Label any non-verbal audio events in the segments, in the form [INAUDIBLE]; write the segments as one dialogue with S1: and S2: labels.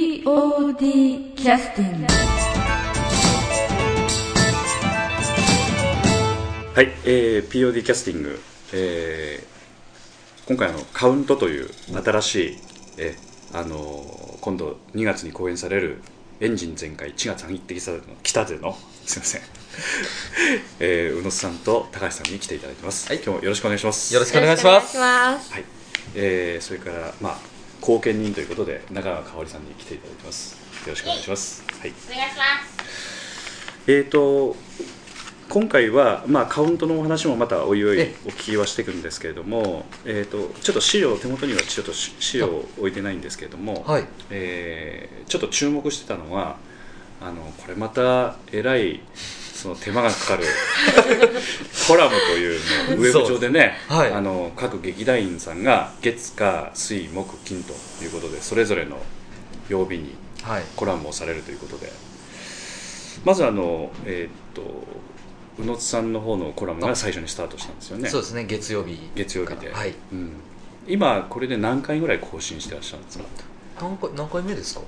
S1: POD キャスティング
S2: はい、えー POD キャスティング、えー今回あのカウントという新しい、えーあのー今度2月に公演されるエンジン全開千月さん一滴来たでのすいません、えー宇野さんと高橋さんに来ていただきます、
S3: はい
S2: 今日もよろしくお願いします
S3: よろしくお願いします
S4: よろしくお願いします
S2: はいえーそれからまあ後見人ということで中川香織さんに来ていただきますよろしくお願いします、はい
S4: お願いします
S2: えー、と今回は、まあ、カウントのお話もまたおいおい
S3: え
S2: お聞きはしていくんですけれども、えー、とちょっと資料手元にはちょっとし資料を置いてないんですけれども、
S3: はい
S2: えーちょっと注目してたのはあのこれまたえらいその手間がかか
S3: [LAUGHS]
S2: るコラムというのをウェブ上でね
S3: そうはい
S2: あの各劇団員さんが月火水木金ということでそれぞれの曜日に
S3: はい
S2: コラムをされるということでまずあのえーっと宇野津さんの方のコラムが最初にスタートしたんですよね
S3: そうですね月曜日
S2: 月曜日で、
S3: はい
S2: うん、今これで何回ぐらい更新してらっしゃるんですか
S3: 何回何回目ですか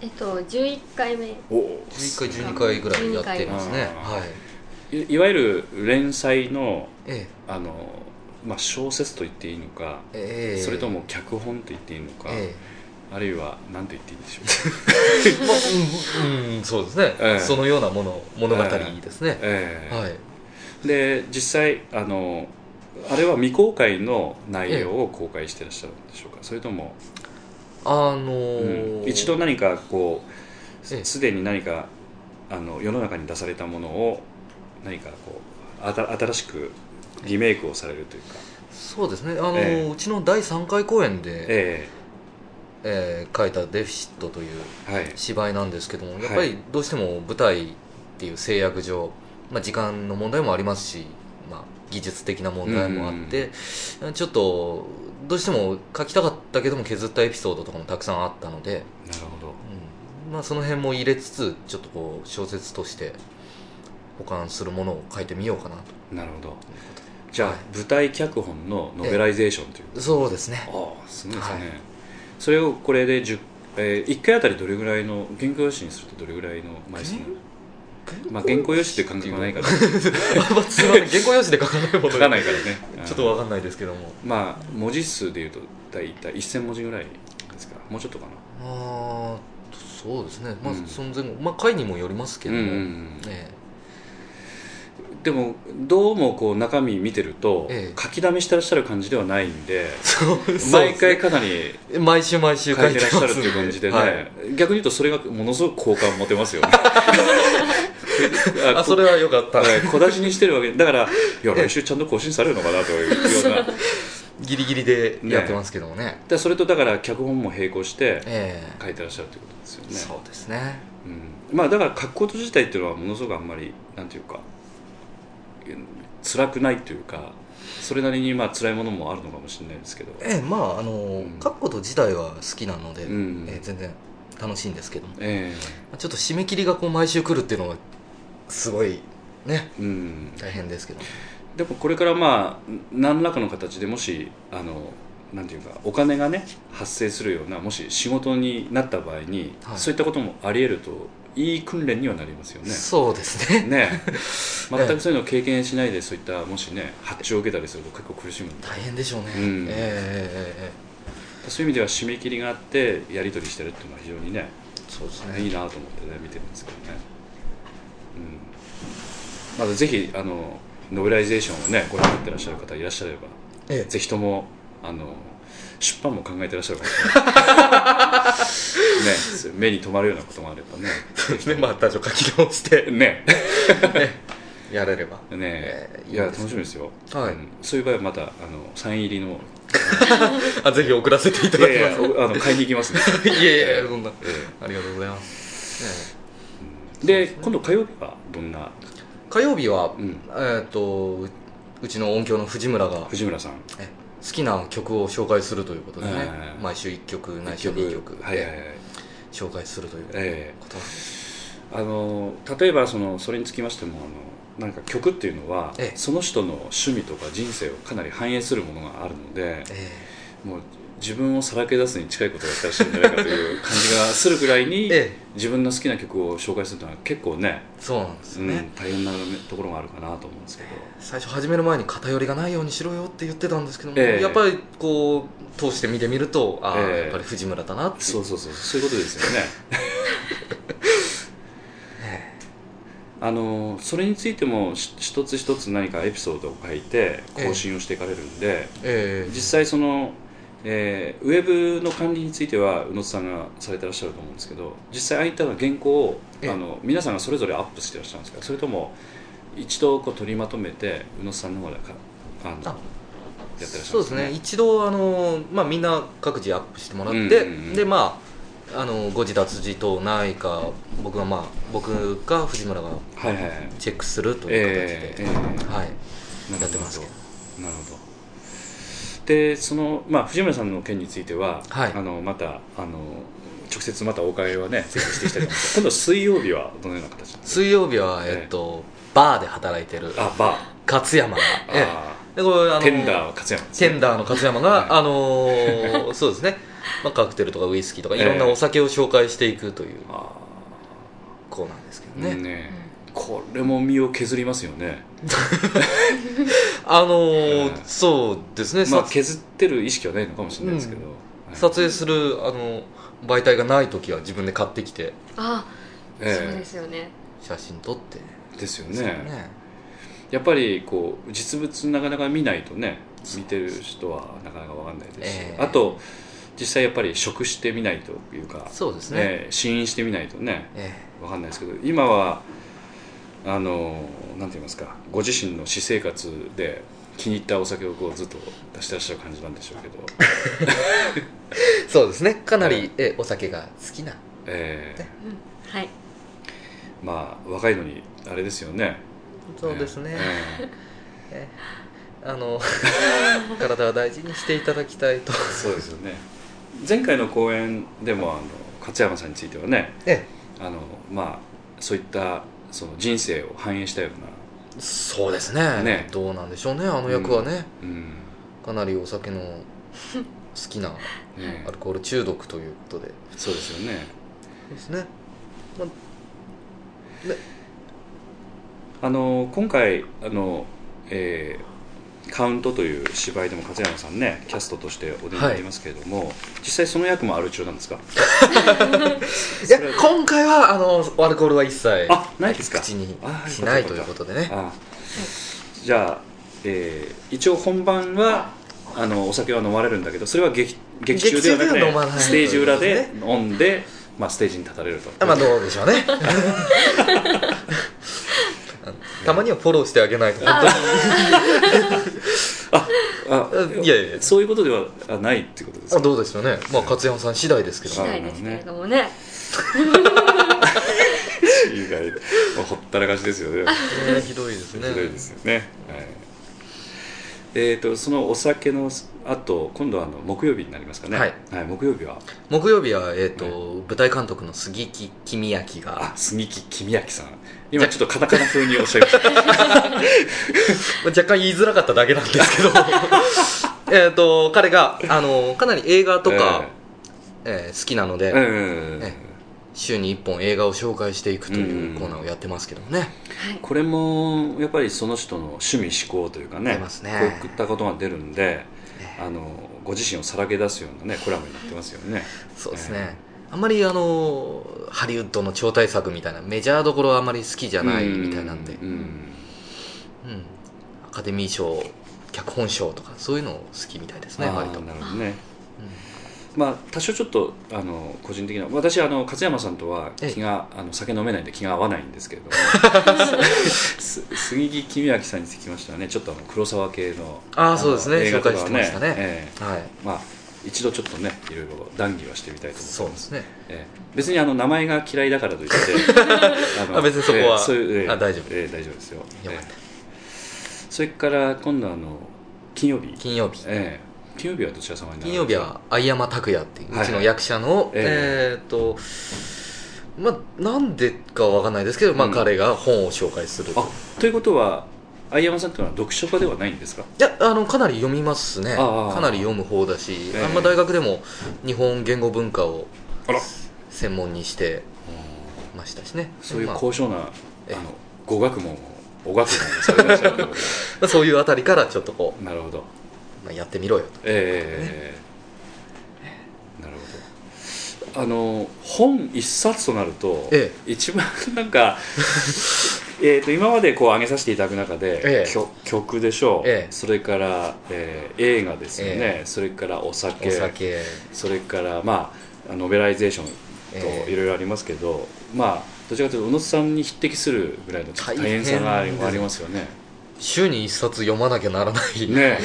S4: えっと11回目
S2: おお
S3: 11回12回ぐらいやってますね
S2: 12回
S3: はい
S2: いいわゆる連載の
S3: え
S2: あの、まあ、小説と言っていいのか、
S3: えええ
S2: それとも脚本と言っていいのか、
S3: え
S2: あるいは何と言っていいんで
S3: [LAUGHS]
S2: しょうか、
S3: えまあうんうんうんそ
S2: [LAUGHS]
S3: うですね、
S2: ええ
S3: そのようなもの物語ですね、
S2: ええ
S3: はい
S2: で実際あのあれは未公開の内容を公開してらっしゃるんでしょうか、それとも、
S3: あのー
S2: うん一度何かこう
S3: ええ
S2: すすでに何かあの世の中に出されたものを何かこうあた新しくリメイクをされるというか、
S3: そうですねあのー、
S2: ええ
S3: うちの第3回公演で、え
S2: え
S3: え書いた「デフィシット」という
S2: えはい
S3: 芝居なんですけどもやっぱ
S2: は
S3: り
S2: い
S3: どうしても舞台っていう制約上、まあ、時間の問題もありますし、まあ、技術的な問題もあって、ちょっとどうしても書きたかったけども削ったエピソードとかもたくさんあったので、
S2: なるほど
S3: うんまあ、その辺も入れつつちょっとこう小説として保管するものを書いてみようかな
S2: なるほどじゃあ、
S3: はい
S2: 舞台脚本のノベライゼーションという
S3: とそうですね
S2: ああすごいですね、
S3: はい
S2: それをこれで10、え1回あたりどれぐらいの原稿用紙にするとどれぐらいの枚数になるまあ原稿用紙っていう感覚はないから [LAUGHS] 書
S3: [LAUGHS] あまあすいま
S2: [LAUGHS]
S3: せん原稿用紙で書かないもの
S2: かないいからね
S3: ちょっとわかんないですけども
S2: うんまあ文字数でいうと大体1000文字ぐらいですかもうちょっとかな
S3: あーそうですねまあ、
S2: うん
S3: その前後まあ回にもよりますけども、
S2: うんうん
S3: え
S2: うんでもどうもこう中身見てると、
S3: ええ
S2: 書きだめしてらっしゃる感じではないんで
S3: えそう
S2: 毎回かなり
S3: 毎週毎週
S2: 書
S3: 書
S2: い
S3: い
S2: て
S3: て
S2: ら
S3: ら
S2: っ
S3: っ
S2: し
S3: し
S2: ゃるっ
S3: ゃるってて
S2: い
S3: いうう
S2: 感
S3: 感
S2: じ
S3: じ
S2: で
S3: で
S2: ね、
S3: ね、
S2: 逆に言うとそれがものすごく好感持てますよね
S3: [LAUGHS] あそれは良かった
S2: はい小出しにしてるわけだからいや来週ちゃんと更新されるのかなというような
S3: ギリギリでやってますけどもね
S2: でそれとだから脚本も並行して
S3: ええ
S2: 書いてらっしゃるということですよね
S3: そうですね
S2: うん、まあだから書くこと自体っていうのはものすごくあんまりなんていうかうん辛くないというかそれなりにまあ辛いものもあるのかもしれないですけど、
S3: ええまああの、
S2: ん
S3: 書くこと自体は好きなので、
S2: うん
S3: ええ全然楽しいんですけども
S2: え
S3: まあちょっと締め切りがこう毎週来るっていうのはすごいね
S2: えうん、
S3: 大変ですけども
S2: でもこれからまあ何らかの形でもしあのなんていうかお金がね発生するようなもし仕事になった場合に、
S3: はい
S2: そういったこともあり得るといい訓練にはなりますよね。
S3: そうですね
S2: [LAUGHS] ね全くそういうのを経験しないでそういったもしね発注を受けたりすると結構苦しむんで
S3: 大変でしょうね、
S2: うん
S3: えええええ
S2: そういう意味では締め切りがあってやり取りしてるっていうのは非常にね
S3: えそうです
S2: い
S3: ね
S2: いなと思ってね見てるんですけどね、うん、まだぜひあのノベライゼーションをねご覧になってらっしゃる方いらっしゃれば
S3: ええ
S2: ぜひともあの出版も考えてらっしゃるかもし [LAUGHS] れないねそう目に留まるようなこともあれ [LAUGHS] ばね
S3: そうですねまあ多少書き直して
S2: [LAUGHS] ね
S3: やれれば
S2: ね
S3: ええ
S2: いや楽しみですよ、
S3: はい
S2: うんそういう場合はまたあのサイン入りの
S3: あぜひ送らせてい
S2: [LAUGHS]
S3: た
S2: い
S3: だき
S2: やい
S3: ます
S2: やおあの買いに行きます [LAUGHS] ね
S3: [LAUGHS] いやい
S2: え
S3: やそんな
S2: ええ
S3: ありがとうございます、
S2: えで今度火曜日はどんな
S3: ええ火曜日は、
S2: うん
S3: えーっとううちの音響の藤村が
S2: 藤村さん
S3: え好きな曲を紹介するということでね、
S2: ええ
S3: 毎週1曲ないし2曲
S2: はいはいはい
S3: ええ紹介するということなんで
S2: ええあの例えばそのそれにつきましてもあのなんか曲っていうのは、
S3: ええ
S2: その人の趣味とか人生をかなり反映するものがあるので
S3: ええ
S2: もう自分をさらけ出すに近いことをやったらしいんじゃないかという感じがするぐらいに
S3: [LAUGHS] ええ
S2: 自分の好きな曲を紹介するというのは結構ね、
S3: そうなんです
S2: う
S3: よね、
S2: ん、大変なところがあるかなと思うんですけど、
S3: 最初始める前に偏りがないようにしろよって言ってたんですけども、
S2: ええ
S3: やっぱりこう通して見てみるとああ、
S2: ええ
S3: やっぱり藤村だなっていう
S2: そうそうそうそういうことですよ
S3: [LAUGHS]
S2: ねあのそれについてもし一つ一つ何かエピソードを書いて更新をしていかれるんで、
S3: ええ
S2: 実際その、えーウェブの管理については宇野津さんがされてらっしゃると思うんですけど実際ああいった原稿をあ
S3: ええ
S2: の皆さんがそれぞれアップしてらっしゃるんですかそれとも一度こう取りまとめて宇野津さんの方でかあのや
S3: あ
S2: ってらっしゃ
S3: そう
S2: るんで
S3: ですす
S2: か
S3: ね一度あの、まあ、みんな各自アップしてもらって、
S2: うんうんうん
S3: でまああのご自脱字等ないか僕がまあ僕か藤村が
S2: はいはいはい
S3: チェックするという
S2: え
S3: 形
S2: えええ
S3: で、はい
S2: なるほど
S3: やってますけど
S2: なるほどでその、まあ、藤村さんの件については、
S3: はい
S2: あのまたあの直接またお伺いはねぜひしていきたいと思い [LAUGHS] ます今度水曜日はどのような形なんです
S3: 水曜日は、
S2: ええ
S3: えっとバーで働いてる
S2: かあバー
S3: 勝山が、ええ
S2: あ
S3: でこれ
S2: ー
S3: あの
S2: テンダーは勝山ですね
S3: テンダーの勝山
S2: [LAUGHS]
S3: が、
S2: は
S3: あのーそうですね、まあ、カクテルとかウイスキーとか
S2: え
S3: い
S2: え
S3: ろんなお酒を紹介していくという
S2: あ
S3: コーナーですけど
S2: ー
S3: ね、
S2: ねこれも身を削りますよね、
S3: あのー
S2: ええ
S3: そうですね、
S2: まあ、
S3: 撮
S2: 削ってる意識はないのかもしれないですけど、
S3: うん
S2: はい
S3: 撮影するあの媒体がない時は自分で買ってきて
S4: あ、そう
S2: え
S4: ですよね。
S3: 写真撮って
S2: えですよ
S3: ですよ
S2: ねやっぱりこう実物なかなか見ないとね見てる人はなかなか分かんないですし、
S3: ええ
S2: あと実際やっぱり食してみないというか
S3: そうですね、え
S2: ええ試飲してみないとね
S3: え
S2: 分かんないですけど今はあのなんて言いますかご自身の私生活で気に入ったお酒をこうずっと出してらっしゃる感じなんでしょうけど、
S3: [LAUGHS] そうですねかなり、
S2: え
S3: ええお酒が好きな
S2: ええ
S4: うん、はい。
S2: まあ若いのにあれですよね
S3: そうですね、
S2: え
S3: ええあの [LAUGHS] 体は大事にしていただきたいと
S2: えそうですよね前回の講演でもあの勝山さんについてはね
S3: え
S2: あのまあそういったその人生を反映したよう
S3: えそうですね
S2: ね
S3: どうなんでしょうねあの役はね、
S2: な、うん
S3: かなりお酒の好きな [LAUGHS]
S2: ね
S3: ア、ルコール中毒ということで
S2: そうですよね
S3: ですね、ま
S2: あの今回あの、えーカウント」という芝居でも勝山さんねキャストとしてお出になりますけれども、実際その役もある中なんですか
S3: いや今回はあのアルコールは一切
S2: あないですか
S3: 口に
S2: あ
S3: しない
S2: よかった
S3: という
S2: よか
S3: こ
S2: った
S3: とでね
S2: あじゃあ、えー一応本番はあのお酒は飲まれるんだけどそれは劇劇中ではなく
S3: 劇中では飲まな
S2: て
S3: い
S2: ステージ裏で飲んで、まあ、ステージに立たれると
S3: あまあどうでしょう [LAUGHS] ねたまにはフォローしてあげないと本
S2: あ
S3: 当にいやいやいや
S2: そういうことではあないってことです
S3: あ
S2: か
S3: どうでしょうねまあ勝山さん次第ですけど
S4: 次
S3: も
S4: 第ですけれどもね。
S2: 意外まあほったらかしですよね
S3: ねひどいです
S2: ひ
S3: ね
S2: どいですよね、はいえー、とそのお酒のあと今度はあの木曜日になりますかね
S3: はい、
S2: 木曜日は
S3: 木曜日は、えーと舞台監督の杉木君明
S2: あ
S3: が
S2: 杉木君明さん今ちょっとカタカナ風におっしゃいました
S3: 若干言いづらかっただけなんですけ [LAUGHS] どえーと彼があのかなり映画とか、 [LAUGHS] えー好きなので、
S2: うんうんうん
S3: え週に1本映画を紹介していくと
S2: う
S3: い
S2: ん
S3: うコーナーをやってますけどもね、
S4: はい。
S2: これもやっぱりその人の趣味嗜好というかね
S3: 出ますね
S2: こういったことが出るんであのご自身をさらけ出すようなねコラムになってますよね
S3: そうですね、あんまりあのハリウッドの超大作みたいなメジャーどころはあまり好きじゃないみたいなんで、
S2: ううん
S3: うんアカデミー賞脚本賞とかそういうのを好きみたいですね
S2: あー
S3: 割と、うん
S2: なるほどねまあ多少ちょっとあの個人的な私あの勝山さんとは
S3: ええ
S2: 気があの酒飲めないんで気が合わないんです
S3: [LAUGHS]
S2: けれどもす杉木君明さんにつきましてはねちょっとあの黒沢系の
S3: あー
S2: の
S3: そうですね
S2: 映画とかは
S3: 紹介してましたね
S2: ええ
S3: はい
S2: まあ一度ちょっとねいろいろ談義はしてみたいと思います
S3: そうですね
S2: ええ別にあの名前が嫌いだからといってあ
S3: [LAUGHS] あ別にそこは
S2: そういうええ
S3: あ大丈夫
S2: ええ大丈夫ですよ
S3: よかった
S2: ええそれから今度あの金曜日
S3: 金曜日
S2: ええ金曜日はどちら様になる
S3: 金曜日は相山拓也っていう
S2: はいう
S3: ちの役者の、
S2: え
S3: えーっとまあなんでかわかんないですけど、まあ、
S2: うん
S3: 彼が本を紹介する
S2: あということは相山さんというのは読書家ではないんですか
S3: いやあのかなり読みますね
S2: ああ
S3: かなり読む方だし、
S2: ええ
S3: あんま大学でも日本言語文化を
S2: あら
S3: 専門にしてましたしね
S2: そういう
S3: まあ
S2: 高尚な、
S3: え
S2: あの語学問をお学問をされてらっしゃるというこ
S3: まあそういうあたりからちょっとこと [LAUGHS]
S2: でなるほど
S3: う、まあ、やってみろよと
S2: ええなるほどあの本一冊となると、
S3: え
S2: 一番なんか [LAUGHS] えーと今までこう上げさせていただく中で、
S3: ええ
S2: きょ曲でしょう、
S3: ええ
S2: それから、えー映画ですよね、それからお酒
S3: お酒
S2: それからまあノベライゼーションと
S3: ええ
S2: いろいろありますけど、まあどちらかというと小野津さんに匹敵するぐらいのちょっと大変さがあ
S3: 大変
S2: り
S3: ですね
S2: ありますよね。
S3: 週に一冊読まなきゃならない、
S2: ね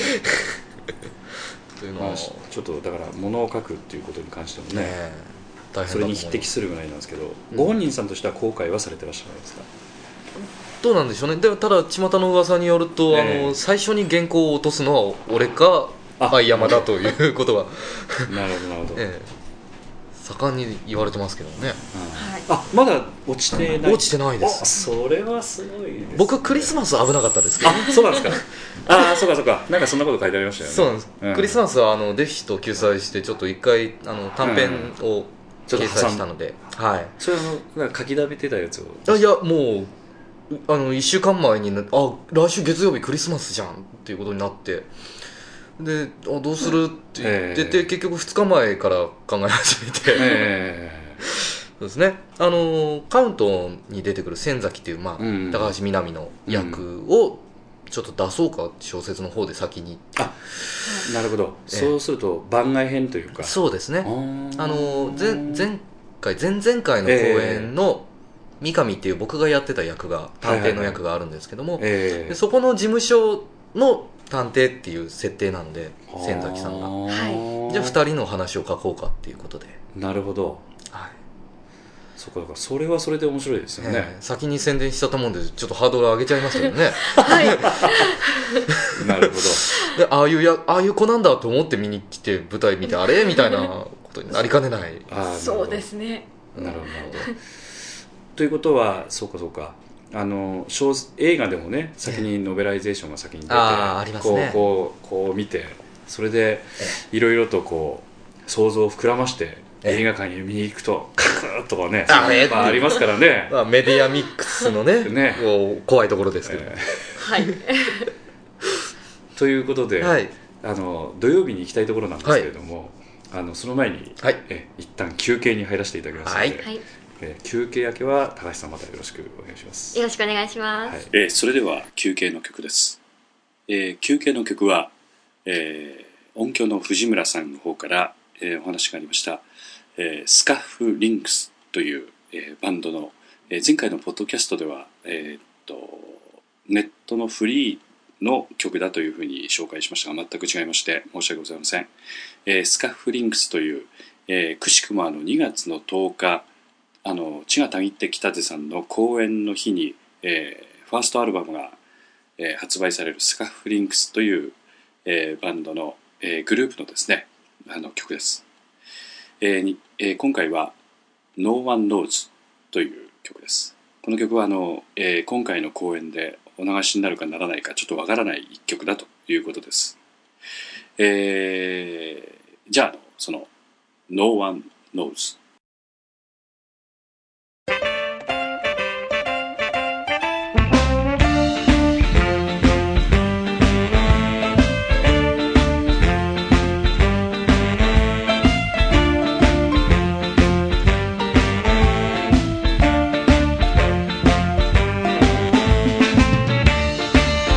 S3: というの
S2: ま
S3: は
S2: あ、
S3: ね
S2: ちょっとだから物を書くっていうことに関してもね
S3: え大変だと思います
S2: それに匹敵するぐらいなんですけど、
S3: うん
S2: ご本人さんとしては後悔はされてらっしゃるんですか、
S3: どうなんでしょうねでもただ巷の噂によると、
S2: ええ
S3: あの最初に原稿を落とすのは俺か
S2: あ
S3: 相山だということが、
S2: なるほどなるほど、
S3: [LAUGHS] ええ盛んに言われてますけどね
S2: うんあまだ落ちてない
S3: 落ちてないです
S2: あそれはすごいですね
S3: 僕はクリスマスは危なかったですけど
S2: あそうなんですかああそうかそうかなんかそんなこと書いてありましたよね
S3: そうなんです、
S2: うん
S3: クリスマスはあのデフィットを救済してちょっと一回あの短編を
S2: ちょっと挟ん
S3: 掲載したので、はい
S2: それあのなんか書きだめてたやつを
S3: あいやもううあの1週間前になあ来週月曜日クリスマスじゃんっていうことになってであどうするって言ってて、
S2: ええ
S3: 結局2日前から考え始めて、
S2: え
S3: そうですねあのカウントに出てくる千崎っていう、まあ
S2: うん
S3: 高橋みなみの役をちょっと出そうか小説の方で先に、
S2: えなるほど、
S3: ええ
S2: そうすると番外編というか
S3: そうですね
S2: あ
S3: あの前前回前々回の公演の三上っていう僕がやってた役が探偵の役があるんですけども、
S2: ええ
S3: でそこの事務所の探偵っていう設定なんで千崎さんが
S2: は
S3: じゃあ2人の話を書こうかっていうことで、
S2: なるほど
S3: はい
S2: そうかだからそれはそれで面白いですよ
S3: え
S2: ね、
S3: ー先に宣伝しちゃったもんでちょっとハードル上げちゃいましたけどね [LAUGHS]
S4: はい
S2: [LAUGHS] なるほど
S3: でああいうやああいう子なんだと思って見に来て舞台見てあれみたいなことになりかねない
S2: あー
S4: [LAUGHS] そうですね
S2: なるほどなるほど [LAUGHS] ということはそうかそうかあの小映画でもね先にノベライゼーションが先に出て、
S3: あーありますね
S2: こうこうこう見てそれでいろいろとこう想像を膨らまして
S3: ええ
S2: 映画館に見に行くとカクッとかね
S3: あれ
S2: まあ、ありますからね、
S3: まあ、メディアミックスのね
S2: ね
S3: こう怖いところですけど、
S2: え
S4: はい
S2: えということで、
S3: はい
S2: あの土曜日に行きたいところなんですけれども、あのその前に、
S3: はい
S2: ええ一旦休憩に入らせていただきますので、
S3: はい
S4: はいよ
S2: ええ休憩明けは高橋さんまたよろしくお願いします。
S4: ろしくお願いします、
S2: はいえーそれでは休憩の曲です、えー休憩の曲は、えー音響の藤村さんの方から、えーお話がありました、えースカッフリンクスという、えーバンドの、えー前回のポッドキャストでは、えーっとネットのフリーの曲だというふうに紹介しましたが全く違いまして申し訳ございません、えースカッフリンクスという、えーくしくもあの2月の10日あの千賀たぎって北手さんの公演の日に、えーファーストアルバムが、えー発売されるスカフリンクスという、えーバンドの、えーグループのですねあの曲です、えーにえー今回は「No One Knows」という曲ですこの曲はあの、えー今回の公演でお流しになるかならないかちょっとわからない一曲だということです、えーじゃああのその「No One Knows」
S1: 「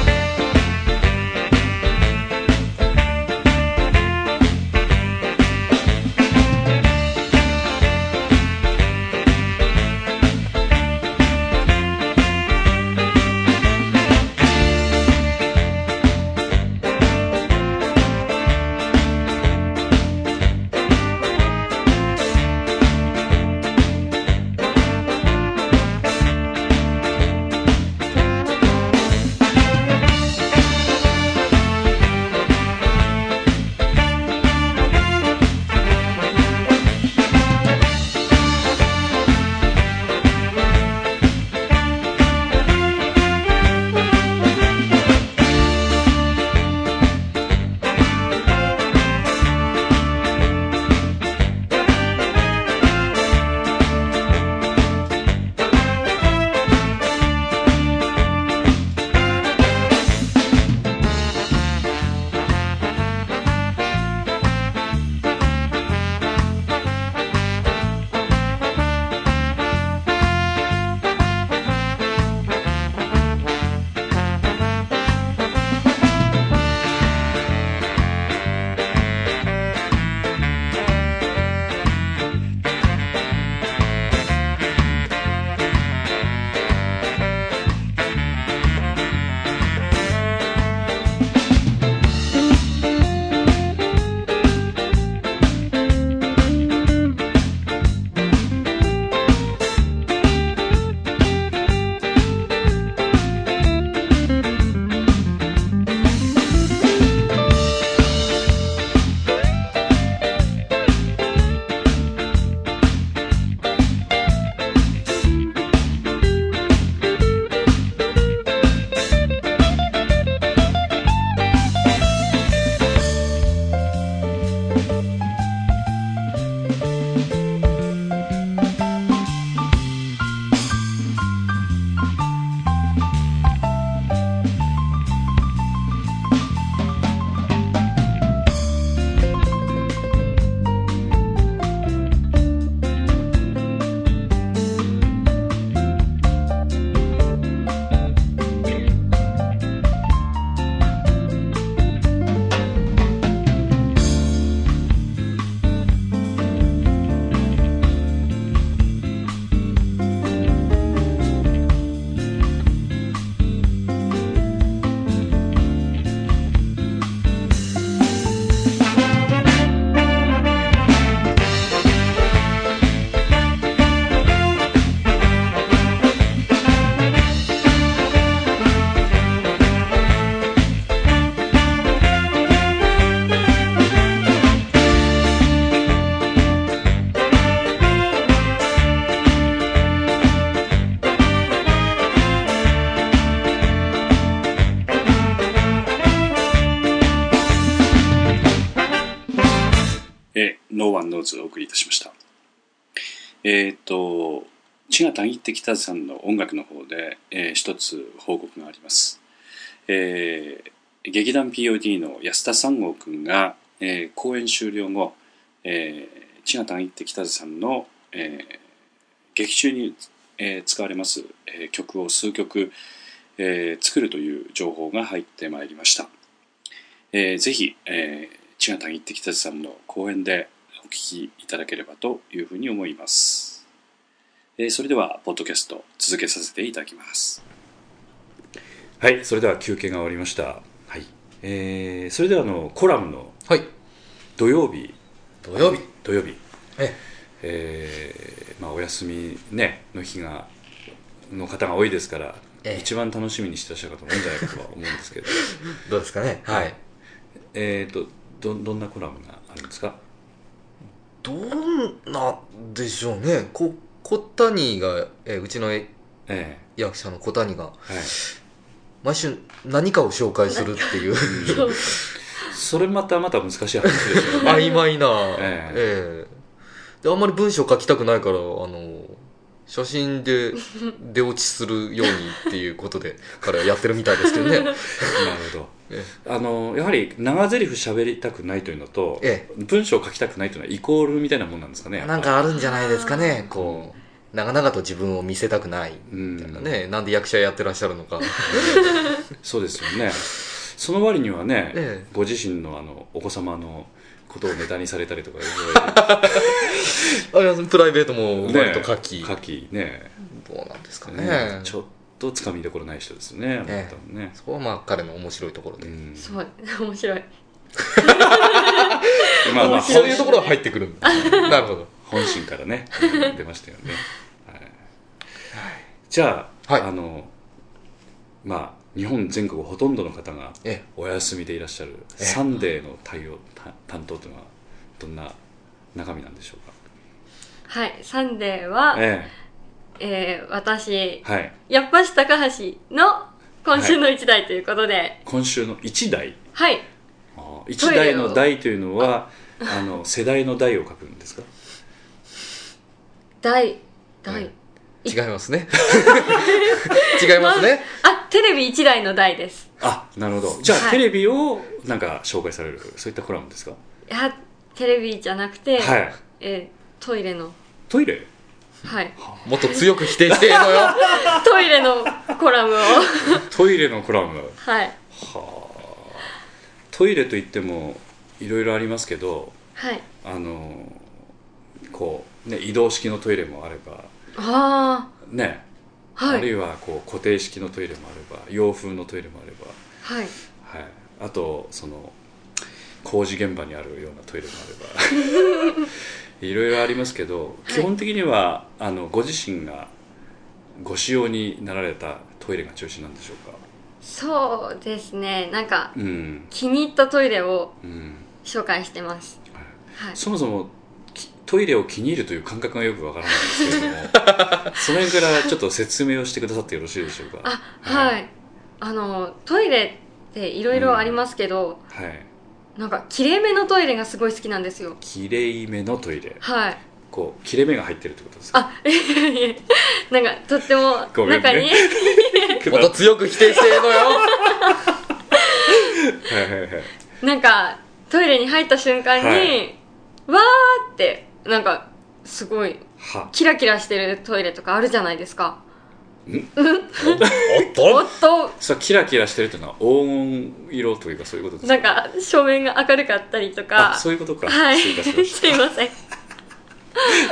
S2: ーズをお送りいたしました。えーっと、千がたぎってきたさんの音楽の方で、えー一つ報告があります。えー劇団 POD の安田三郷くんが、えー公演終了後、えー、千がたぎってきたさんの、えー劇中に、えー使われます、えー曲を数曲、えー作るという情報が入ってまいりました。えーぜひ、えー、千賀谷一吉さんの講演でお聞きいただければというふうに思います。えーそれでは、ポッドキャスト続けさせていただきます。はい、それでは休憩が終わりました。はい。えーそれでは、あの、コラムの
S3: はい
S2: 土曜日。
S3: 土曜日
S2: 土曜日。
S3: え
S2: えーまあ、お休み、ね、の日が、の方が多いですから、
S3: ええ
S2: 一番楽しみにしてらっしゃる方も多いんじゃないかとは思うんですけど、
S3: どうですかねはい
S2: えっと、ど、どんなコラムがあるんですか
S3: どんなでしょうねこ小谷が、えーうちの
S2: え
S3: 役者の小谷が
S2: えはい。
S3: 毎週何かを紹介するっていう
S4: そう
S2: それまたまた難しい話ですよね。
S3: [LAUGHS] 曖昧な、
S2: え
S3: ええであんまり文章書きたくないからあの写真 [LAUGHS] で出落ちするようにっていうことで彼はやってるみたいですけど [LAUGHS] ね
S2: なるほど。あの、やはり長台詞喋りたくないというのと、
S3: え
S2: 文章を書きたくないというのはイコールみたいなもんなんですかね。やっぱ
S3: なんかあるんじゃないですかねこう長々と自分を見せたくない
S2: うん
S3: みたいなね、なんで役者やってらっしゃるの [LAUGHS] か
S2: そうですよね。その割にはね、
S3: ええ
S2: ご自身のあのお子様のことをネタにされたりと
S3: [LAUGHS]
S2: か、い
S3: あいやプライベートも
S2: ろいろ
S3: 割と
S2: ね
S3: 書き、
S2: 書きね
S3: どうなんですかね
S2: ねちょっとつかみどころない人ですよね。
S3: ええ
S2: あなたもね
S3: そこはまあ彼の面白いところ
S2: う
S3: で、
S2: ん
S4: そう [LAUGHS] 面白い
S2: まあまあ
S4: 面
S3: そ
S4: 白
S3: ういう
S4: ね
S3: ところが入ってくるんだなるほど
S2: 本心から [LAUGHS] ね出ましたよね、はい、じゃあ、
S3: はい
S2: あのまあ日本全国ほとんどの方が
S3: え
S2: お休みでいらっしゃる
S3: ええ
S2: サンデーの対応た担当というのはどんな中身なんでしょうか
S4: はいサンデーは、え
S2: え
S4: ー私
S2: えはい
S4: やっぱし高橋の今週の一台ということで
S2: 今週の1台
S4: はい、
S2: ああ一台の台というのはあの世代の代を書くんですか
S4: 第第、
S3: え違いますね違いますね
S4: あテレビ一台の台です
S2: あなるほどじゃあ、
S4: はい
S2: テレビをなんか紹介されるそういったコラムですか、
S4: いやテレビじゃなくて、
S2: はい
S4: えートイレの
S2: トイレ
S4: はい
S3: もっと強く否定していいのよ
S4: トイレのコラムを
S2: トイレのコラム
S4: はい
S2: はあトイレといってもいろいろありますけど
S4: はい
S2: あのこう、ね、移動式のトイレもあれば
S4: あ
S2: ね、
S4: あは
S2: ある
S4: い
S2: いはこう固定式のトイレもあれば洋風のトイレもあれば、
S4: はい
S2: はい、あとその工事現場にあるようなトイレもあれ
S4: [LAUGHS]
S2: ばいろいろありますけど
S4: い
S2: 基本的には、あのご自身がご使用になられたトイレが中心なんでしょうか
S4: そうですねなんか
S2: うん、
S4: 気に入ったトイレを
S2: うん
S4: 紹介してます
S2: はい
S4: はい
S2: そもそもきトイレを気に入るという感覚がよくわからないんですけれどもその辺からちょっと説明をしてくださってよろしいでしょうか
S4: あはい、あのトイレっていろいろありますけど、
S2: はい
S4: なんかきれいめのトイレがすごい好きなんですよ
S2: きれいめのトイレ
S4: はい
S2: こう切れ目が入ってるってことですか
S4: あいやいやなんかとっても
S2: ごめんね
S4: 中に、
S3: もっと強く否定していいのよ
S2: はいはいはい
S4: なんかトイレに入った瞬間に、
S2: はい
S4: わーってなんかすごい
S2: は
S4: キラキラしてるトイレとかあるじゃないですか
S3: おっ
S4: おっ
S3: と
S4: と
S2: それはキラキラしてるというのは黄金色というかそういうことですか
S4: なんか照明が明るかったりとか
S2: あそういうことか、
S4: はい
S2: すいませ
S4: [LAUGHS]
S2: ん
S4: すいません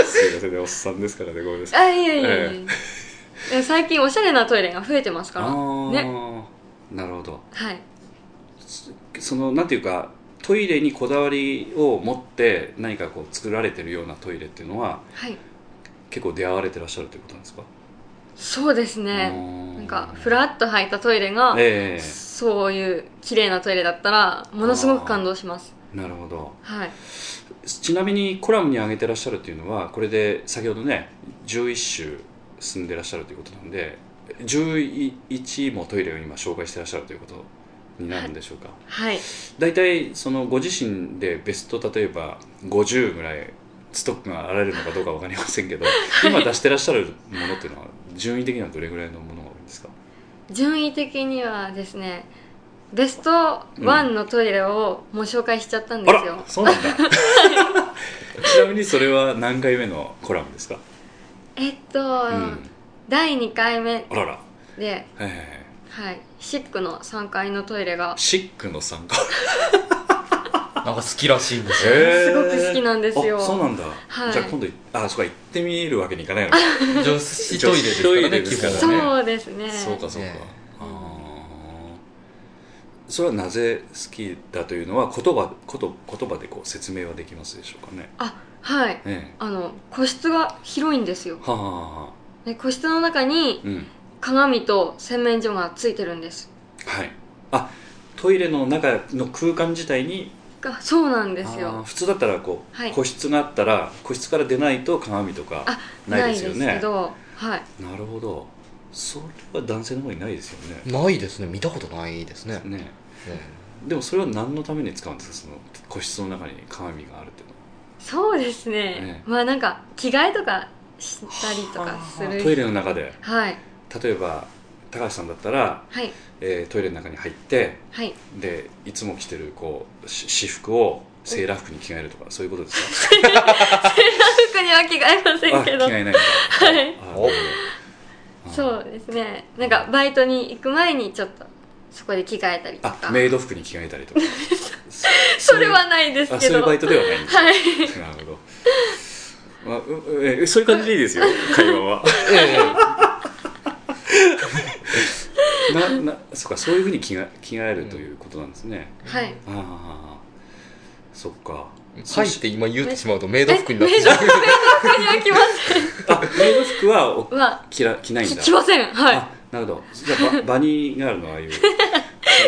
S2: すいませんねおっさんですからねごめんなさい
S4: あいやいやいやいや、最近おしゃれなトイレが増えてますか
S2: あ
S4: ら
S2: あ、
S4: ね
S2: なるほど
S4: はい
S2: そのなんていうかトイレにこだわりを持って何かこう作られてるようなトイレっていうのは
S4: はい
S2: 結構出会われてらっしゃるということなんですか
S4: そうですね
S2: な
S4: なんかふらっと入ったトイレが、
S2: ええ
S4: そういう綺麗なトイレだったらものすごく感動します
S2: なるほど
S4: はい
S2: ちなみにコラムに上げてらっしゃるっていうのはこれで先ほどね11週住んでらっしゃるということなんで11もトイレを今紹介してらっしゃるということになるんでしょうか、
S4: はい
S2: 大体そのご自身でベスト例えば50ぐらいストックがあられるのかどうかわかりませんけど、今出してらっしゃるものっていうのは順位的にはどれぐらいのものが多いんですか
S4: 順位的にはですねベスト1のトイレをもう紹介しちゃったん
S2: あ
S4: ですよ、
S2: らそうなんだ
S4: [LAUGHS]
S2: ちなみにそれは何回目のコラムですか、
S4: えっと、
S2: うん、
S4: 第2回目
S2: あらら、
S4: で
S2: はいはいはい
S4: はいシックの3階のトイレが
S2: シックの参加
S3: なんか好きらしいんですよ。
S2: す
S4: [LAUGHS] すごく好きなんですよ
S2: そうなんだ、
S4: はい
S2: じゃあ今度いあそうか行ってみるわけにいかないのか
S3: 女子ト
S2: 女子トイレ
S3: イレですからね、
S2: です
S3: 基
S2: から
S3: 本
S2: ね
S3: はね。
S4: そうですね
S2: そうかそうか、
S3: ええ
S2: あーそれはなぜ好きだというのは言葉こと言葉でこう説明はできますでしょうかね
S4: あはい
S2: え
S4: あの個室が広いんですよ
S2: えはあはあはあ
S4: で個室の中に
S2: うん
S4: 鏡と洗面所がついてるんです
S2: はいあトイレの中の空間自体に
S4: がそうなんです
S2: あー
S4: よ
S2: 普通だったらこう、
S4: はい
S2: 個室があったら個室から出ないと鏡とか
S4: あ
S2: ないですよね
S4: ないけどはい
S2: なるほどそれは男性の方にないですよね
S3: ないですね、見たことないですね。
S2: ね
S3: え
S2: でもそれは何のために使うんですかその個室の中に鏡があるっていうのは
S4: そうですね、
S2: ええ
S4: まあなんか着替えとかしたりとかす
S2: は
S4: る
S2: あトイレの中で
S4: はい
S2: 例えば高橋さんだったら、
S4: はい
S2: えートイレの中に入って
S4: はい
S2: でいつも着てるこうし私服をセーラー服に着替えるとかそういうことです
S4: 服には着替えま
S2: か
S4: せんけど
S2: あ着替えないんだ
S4: はい
S2: あ
S3: お
S2: あ
S4: [LAUGHS] そうですねなんかバイトに行く前にちょっとそこで着替えたりと
S2: あ
S4: か
S2: メイド服に着替えたりとかそ
S4: [LAUGHS] それはないです
S2: あ
S4: け
S2: そういう
S4: ど
S2: バイトではないんです
S4: はい
S2: なるほど、まあうえそういう感じでいい
S4: [LAUGHS]
S2: ですよ会話は
S3: えええ
S2: ななそうかそういうふうに着替え着替えるということなんですね、
S4: はい
S2: ああそっか
S3: はいって今言ってしまうとメイド服になってし
S4: メ
S3: ま
S4: イド服には着ま
S2: あメイド服はお
S4: せんは
S2: 着ら着ないん
S4: 着
S2: だ
S4: 着ませんはい
S2: あなるほどじゃあババニーがあるのはあ
S4: [LAUGHS]
S2: あいう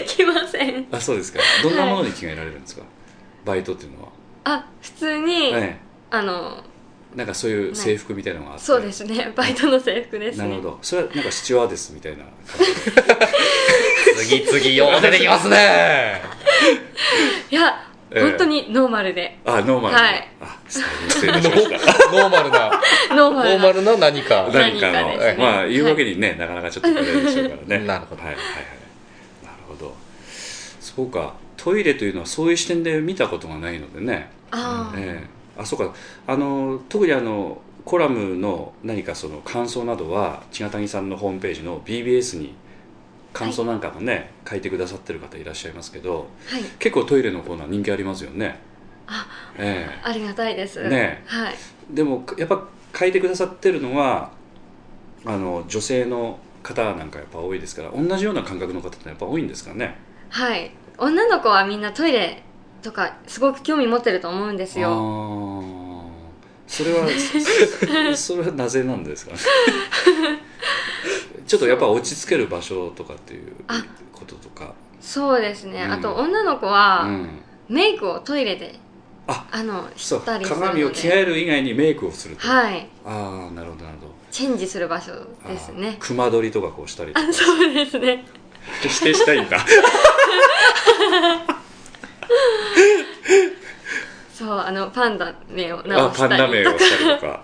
S4: 着ません
S2: あそうですかどんなものに着替えられるんですか、バイトっていうのは、
S4: あ普通に、
S2: え
S4: あの
S2: え、なんかそういう制服みたいなのがあって、
S4: そうですねバイトの制服ですね
S2: なるほどそれはなんかスチュワーデスみたいな感じで
S3: う次々よう出てきますね
S4: いや、
S2: ええ
S4: 本当にノーマルで
S2: あノーマルな、
S4: はい
S2: あ失礼い
S3: ノ
S2: たしました
S3: ーマルな
S4: ノー
S3: ノ
S4: マルな
S3: ーマルな何か
S4: はい
S2: 何かの、
S4: 何かですね
S2: まあ言うわけにね、なかなかちょっといかないでしょうからね
S3: なるほど
S2: はいはいはいなるほどそうかトイレというのはそういう視点で見たことがないのでね、
S4: ああ、
S2: ええあそうかあの特にあのコラムの何かその感想などは千賀谷さんのホームページの BBS に感想なんかもね、書いてくださってる方いらっしゃいますけど
S4: はい
S2: 結構トイレのコーナー人気ありますよね
S4: あ
S2: ええ
S4: ありがたいです
S2: ね
S4: はい
S2: でもやっぱ書いてくださってるのはあの女性の方なんかやっぱ多いですから同じような感覚の方ってやっぱ多いんですかね
S4: はい女の子はみんなトイレとかすごく興味持ってると思うんです
S2: あ
S4: よ
S2: ーそれは
S4: [LAUGHS]
S2: そそれはなぜなんですかねちょっとやっぱ落ち着ける場所とかっていう
S4: あ
S2: こととか
S4: そうですね、
S2: うん
S4: あと女の子は、
S2: うん、
S4: メイクをトイレで
S2: あ
S4: あの
S2: そ
S4: し
S2: う
S4: たりするので
S2: 鏡を着替える以外にメイクをすると
S4: はい
S2: ああなるほどなるほど
S4: チェンジする場所です
S2: あー
S4: ね
S2: 熊取りとかこうしたりと
S4: あ
S2: か
S4: そうですね
S2: 指定したいんだ
S4: そうあのパンダ目を
S2: あ
S4: 直
S2: パ
S4: し
S2: ン
S4: た
S2: ダ名
S4: り
S2: を
S4: と
S2: し
S4: か
S2: たりとかなる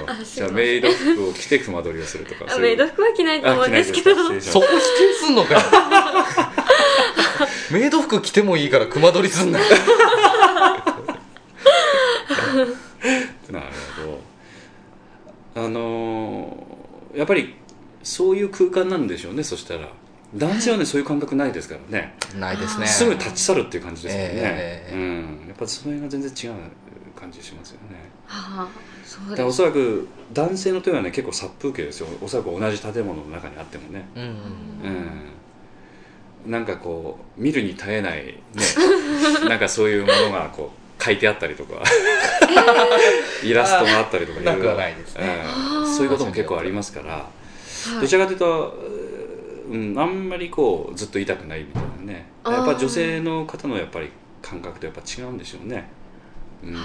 S2: ほど
S4: あす
S2: じ
S4: い
S2: ゃあ
S4: ません
S2: メイド服を着て熊取りをするとか
S4: [LAUGHS] あ
S2: そう
S4: メ
S2: い
S4: イ
S2: う
S4: ド服は着ないと思
S2: あ着
S4: うん
S2: ない
S4: で
S2: ですす
S4: け
S2: か
S4: ど
S2: 失礼しま
S3: そこ否定すん [LAUGHS] のかよメイド服着てもいいから熊取りすんな
S2: したなるほどあのーやっぱりそういう空間なんでしょうねそしたら男性はねそういう感覚ないですからね
S3: ないですね
S2: すぐ立ち去るっていう感じですもんね、
S3: ええ
S2: うん、やっぱその辺が全然違う感じしますよね
S4: ああそう
S2: だから
S4: で
S2: お
S4: す
S2: そらく男性の手はね結構殺風景ですよおそらく同じ建物の中にあってもね
S3: うん
S2: うんなんかこう見るに耐えないね
S3: [LAUGHS]
S2: なんかそういうものがこう書いてあったりとかイラストがあったりとか
S3: なくは
S2: ろろ
S3: ないですね
S2: うんそういうことも結構ありますから
S4: はい
S2: どちらかというと、うん、あんまりこうずっと痛くないみたいなね
S4: あー
S2: やっぱ女性の方のやっぱり感覚とやっぱ違うんでしょうねうんなる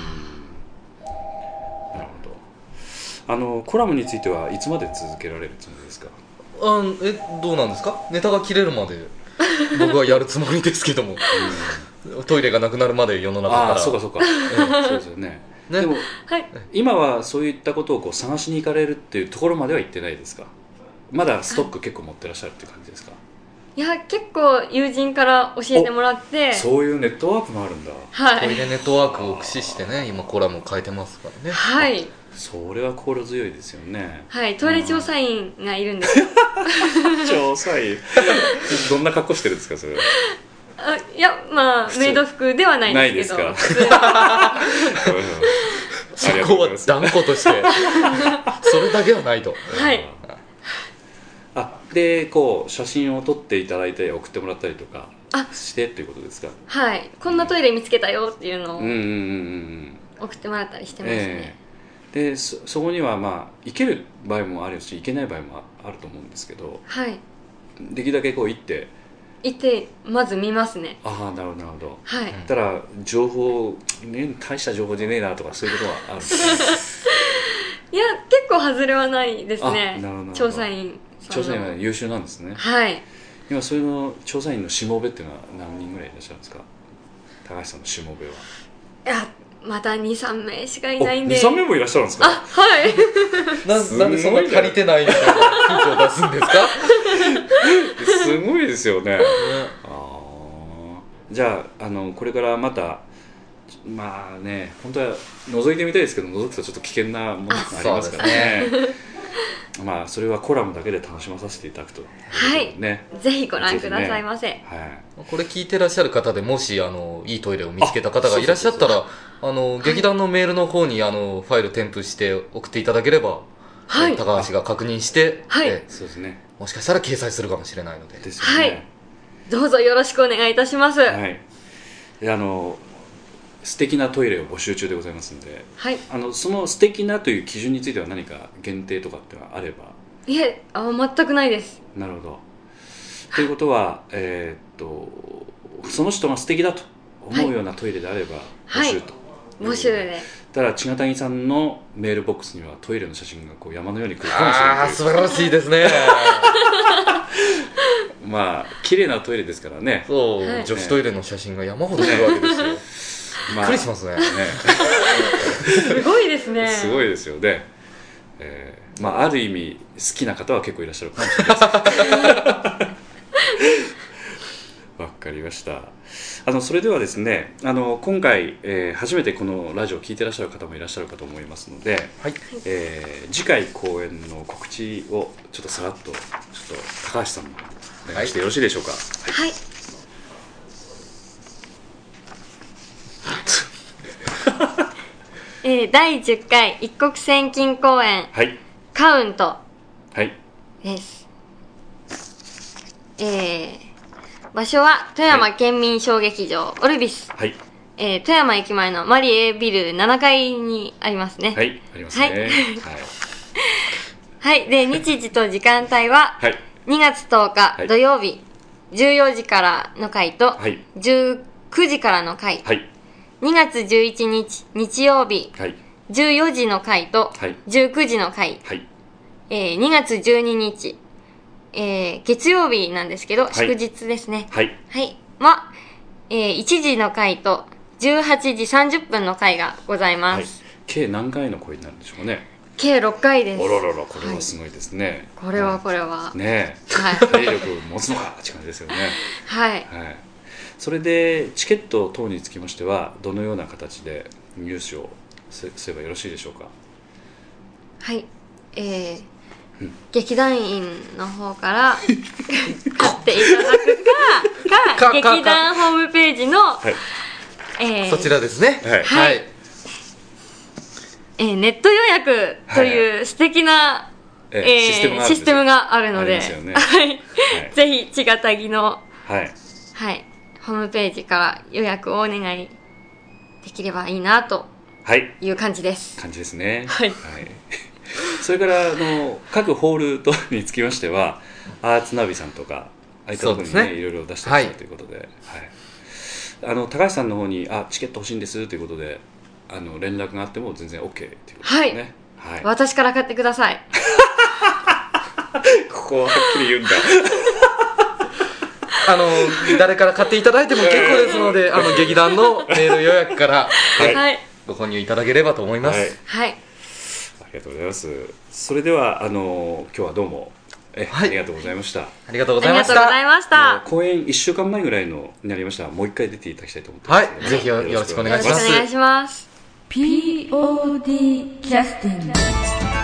S2: ほどあのコラムについてはいつまで続けられるつもりですか
S3: あ [LAUGHS] んえどうなんですかネタが切れるまで僕はやるつもりですけどもトイレがなくなるまで世の中から
S2: ああそうかそうか、うんそうですよね
S3: ね
S2: でも
S4: はい
S2: 今はそういったことをこう探しに行かれるっていうところまでは行ってないですかまだストック結構持ってらっしゃるって感じですか、
S4: いや結構友人から教えてもらって
S2: そういうネットワークもあるんだ
S4: は
S3: トイ
S4: い
S3: レネットワークを駆使してね今コラム書いてますからね
S4: はい
S2: それは心強いですよね
S4: はいトイレ調査員がいるんですよ
S2: 調査員どんな格好してるんですかそれは
S4: あいやまあ
S2: 普通
S4: メイド服ではないんですけど
S2: ないで
S4: 普通 [LAUGHS]
S3: そこは断固として [LAUGHS] それだけはないと
S4: はい
S2: あでこう写真を撮っていただいて送ってもらったりとか
S4: あ
S2: してっていうことですか
S4: はいこんなトイレ見つけたよっていうの
S2: うんうん
S4: を
S2: うんうん
S4: 送ってもらったりしてます
S2: え
S4: ね、
S2: えでそそこにはまあ行ける場合もあるし行けない場合もああると思うんですけど
S4: はい
S2: できるだけこう行って
S4: 行ってまず見ますね
S2: ああなるほどなるほど
S4: はい、
S2: たら情報、ね、大した情報でねえなとかそういうことはあるんですね
S4: [LAUGHS] いや結構外れはないです
S2: あ
S4: ね
S2: なるほどなるほど
S4: 調査員さんの
S2: 調査員は優秀なんですね
S4: はい
S2: 今そういうの調査員のしもべっていうのは何人ぐらいいらっしゃるんですか高橋さんのしもべはい
S4: やまた23名しかいないんで
S2: 23名もいらっしゃるんです
S4: あ
S2: か
S4: はい [LAUGHS]
S3: な
S2: すごい
S3: なんでそんな足りてないみたいなヒントを出すんですか、 [LAUGHS]
S2: すごいですよ
S4: [LAUGHS]
S2: ねああじゃああのこれからまたまあね本当は覗いてみたいですけど覗くとちょっと危険なものがありますからねまあそれはコラムだけで楽しまさせていただくと
S4: はい
S2: ね
S4: ぜひご覧くださいませ、
S2: はい
S3: これ聞いてらっしゃる方でもしあのいいトイレを見つけた方がいらっしゃったらあの劇団のメールの方にあのファイル添付して送っていただければ、
S4: はい
S3: え高橋が確認して、
S4: はい
S3: え
S2: そうですね
S3: もしかしたら掲載するかもしれないので
S2: ですよね、
S4: はいどうぞよろしくお願いいたしますはい、
S2: はい、であの素敵なトイレを募集中でございますんであのその素敵なという基準については何か限定とかってのはあれば
S4: い、えあ全くないです
S2: なるほどということはえーっとその人が素敵だと思うようなトイレであれば募
S4: はい
S2: 集と、
S4: 募集で
S2: ただ千賀谷さんのメールボックスにはトイレの写真がこう山のように来るかもしれ
S3: あ
S2: な
S3: あ
S2: いと
S3: 素
S2: いう
S3: 晴らしいですね
S2: まあ綺麗なトイレですからね
S3: [LAUGHS] そう、
S4: はい
S3: 女子トイレの写真が山ほど来るわけですよ、びっ
S2: まあ
S3: くりしますね
S2: ね
S4: すごいですね
S2: すごいですよね、えーまあ、ある意味好きな方は結構いらっしゃるかもしれないですわかりましたあのそれではですねあの今回、えー初めてこのラジオを聞いてらっしゃる方もいらっしゃるかと思いますので、
S3: はい
S2: えー次回公演の告知をちょっとさらっとちょっと高橋さんにお願いしてよろしいでしょうか、 [LAUGHS]
S4: はいえー第10回一国千金公演
S2: はい
S4: カウント
S2: はい
S4: です。えー、場所は富山県民小劇場、オルビス。
S2: はい
S4: えー、富山駅前のマリエビル7階にありますね。。
S2: はいいありますね
S4: はいで、
S2: [LAUGHS]
S4: 日時と時間帯は、
S2: はい
S4: 2月10
S2: は
S4: 日
S2: い
S4: 土曜日、14時からの回と、
S2: はい
S4: 19時からの回、
S2: はい
S4: 2月11日日曜日、
S2: はい
S4: 14時の回と、
S2: はい
S4: 19時の回、
S2: はい
S4: えー、2月12日、えー、月曜日なんですけど、
S2: い
S4: 祝日ですね。
S2: はい
S4: はい。は、えー、1時の回と18時30分の回がござい
S2: は
S4: ま
S2: い
S4: す。、
S2: 計何回の声になるんでしょうかね
S4: 計6回です。
S2: おろろろこれはすごいですね、
S4: これはこれは。
S2: ねえ
S4: はい。
S2: 体力を持つのかって感じ
S4: [LAUGHS]
S2: ですよね、
S4: はい。
S2: はい、それでチケット等につきましてはどのような形で入手をすすればよろしいでしょうか
S4: はい。えー
S2: うん
S4: 劇団員の方から買っていただくか、
S3: かか
S4: か、劇団ホームページの、
S2: はい
S4: えー
S3: そちらですね
S2: はい
S4: はいえーネット予約という素敵な、
S2: え
S4: えー
S2: システムがあるんですよ
S4: システム
S2: あり
S4: があるので、
S2: ますよね
S4: はい。ぜひ、ちがたぎの
S2: はい、はい、
S4: はい。ホームページから予約をお願いできればいいなと
S2: はい、
S4: いう感じです。
S2: 感じですね
S4: はい
S2: [LAUGHS] それからあの各ホール等につきましてはアーツナビさんとかああいったところに
S3: そう
S2: ね
S3: ですね
S2: いろいろ出してらっしゃ
S3: は
S2: る
S3: い
S2: ということで、はいあの高橋さんの方にあチケット欲しいんですということであの連絡があっても全然 OK ということですね、はい
S4: 私から買ってください。
S2: ここははっきり言うんだ
S3: あの誰から買っていただいても結構ですのであの劇団のメール予約から
S4: はい、はい
S3: ご購入いただければと思います、
S2: はいありがとうございますそれではあの今日はどうもえ、
S3: はい
S2: ありがとうございました
S3: ありがとうご
S4: あ
S3: ざいま
S4: りがと
S3: し
S4: うご
S3: た
S4: ざいまし
S2: も
S4: た
S2: う公演1週間前ぐらいのになりましたらもう一回出ていただきたいと思って
S3: はい
S2: ます
S3: ぜひよよろしくお
S4: よ
S3: 願
S4: ろ
S3: い
S4: し
S3: し
S4: く
S3: ま
S4: お
S3: す
S4: 願いします
S1: POD キャスティング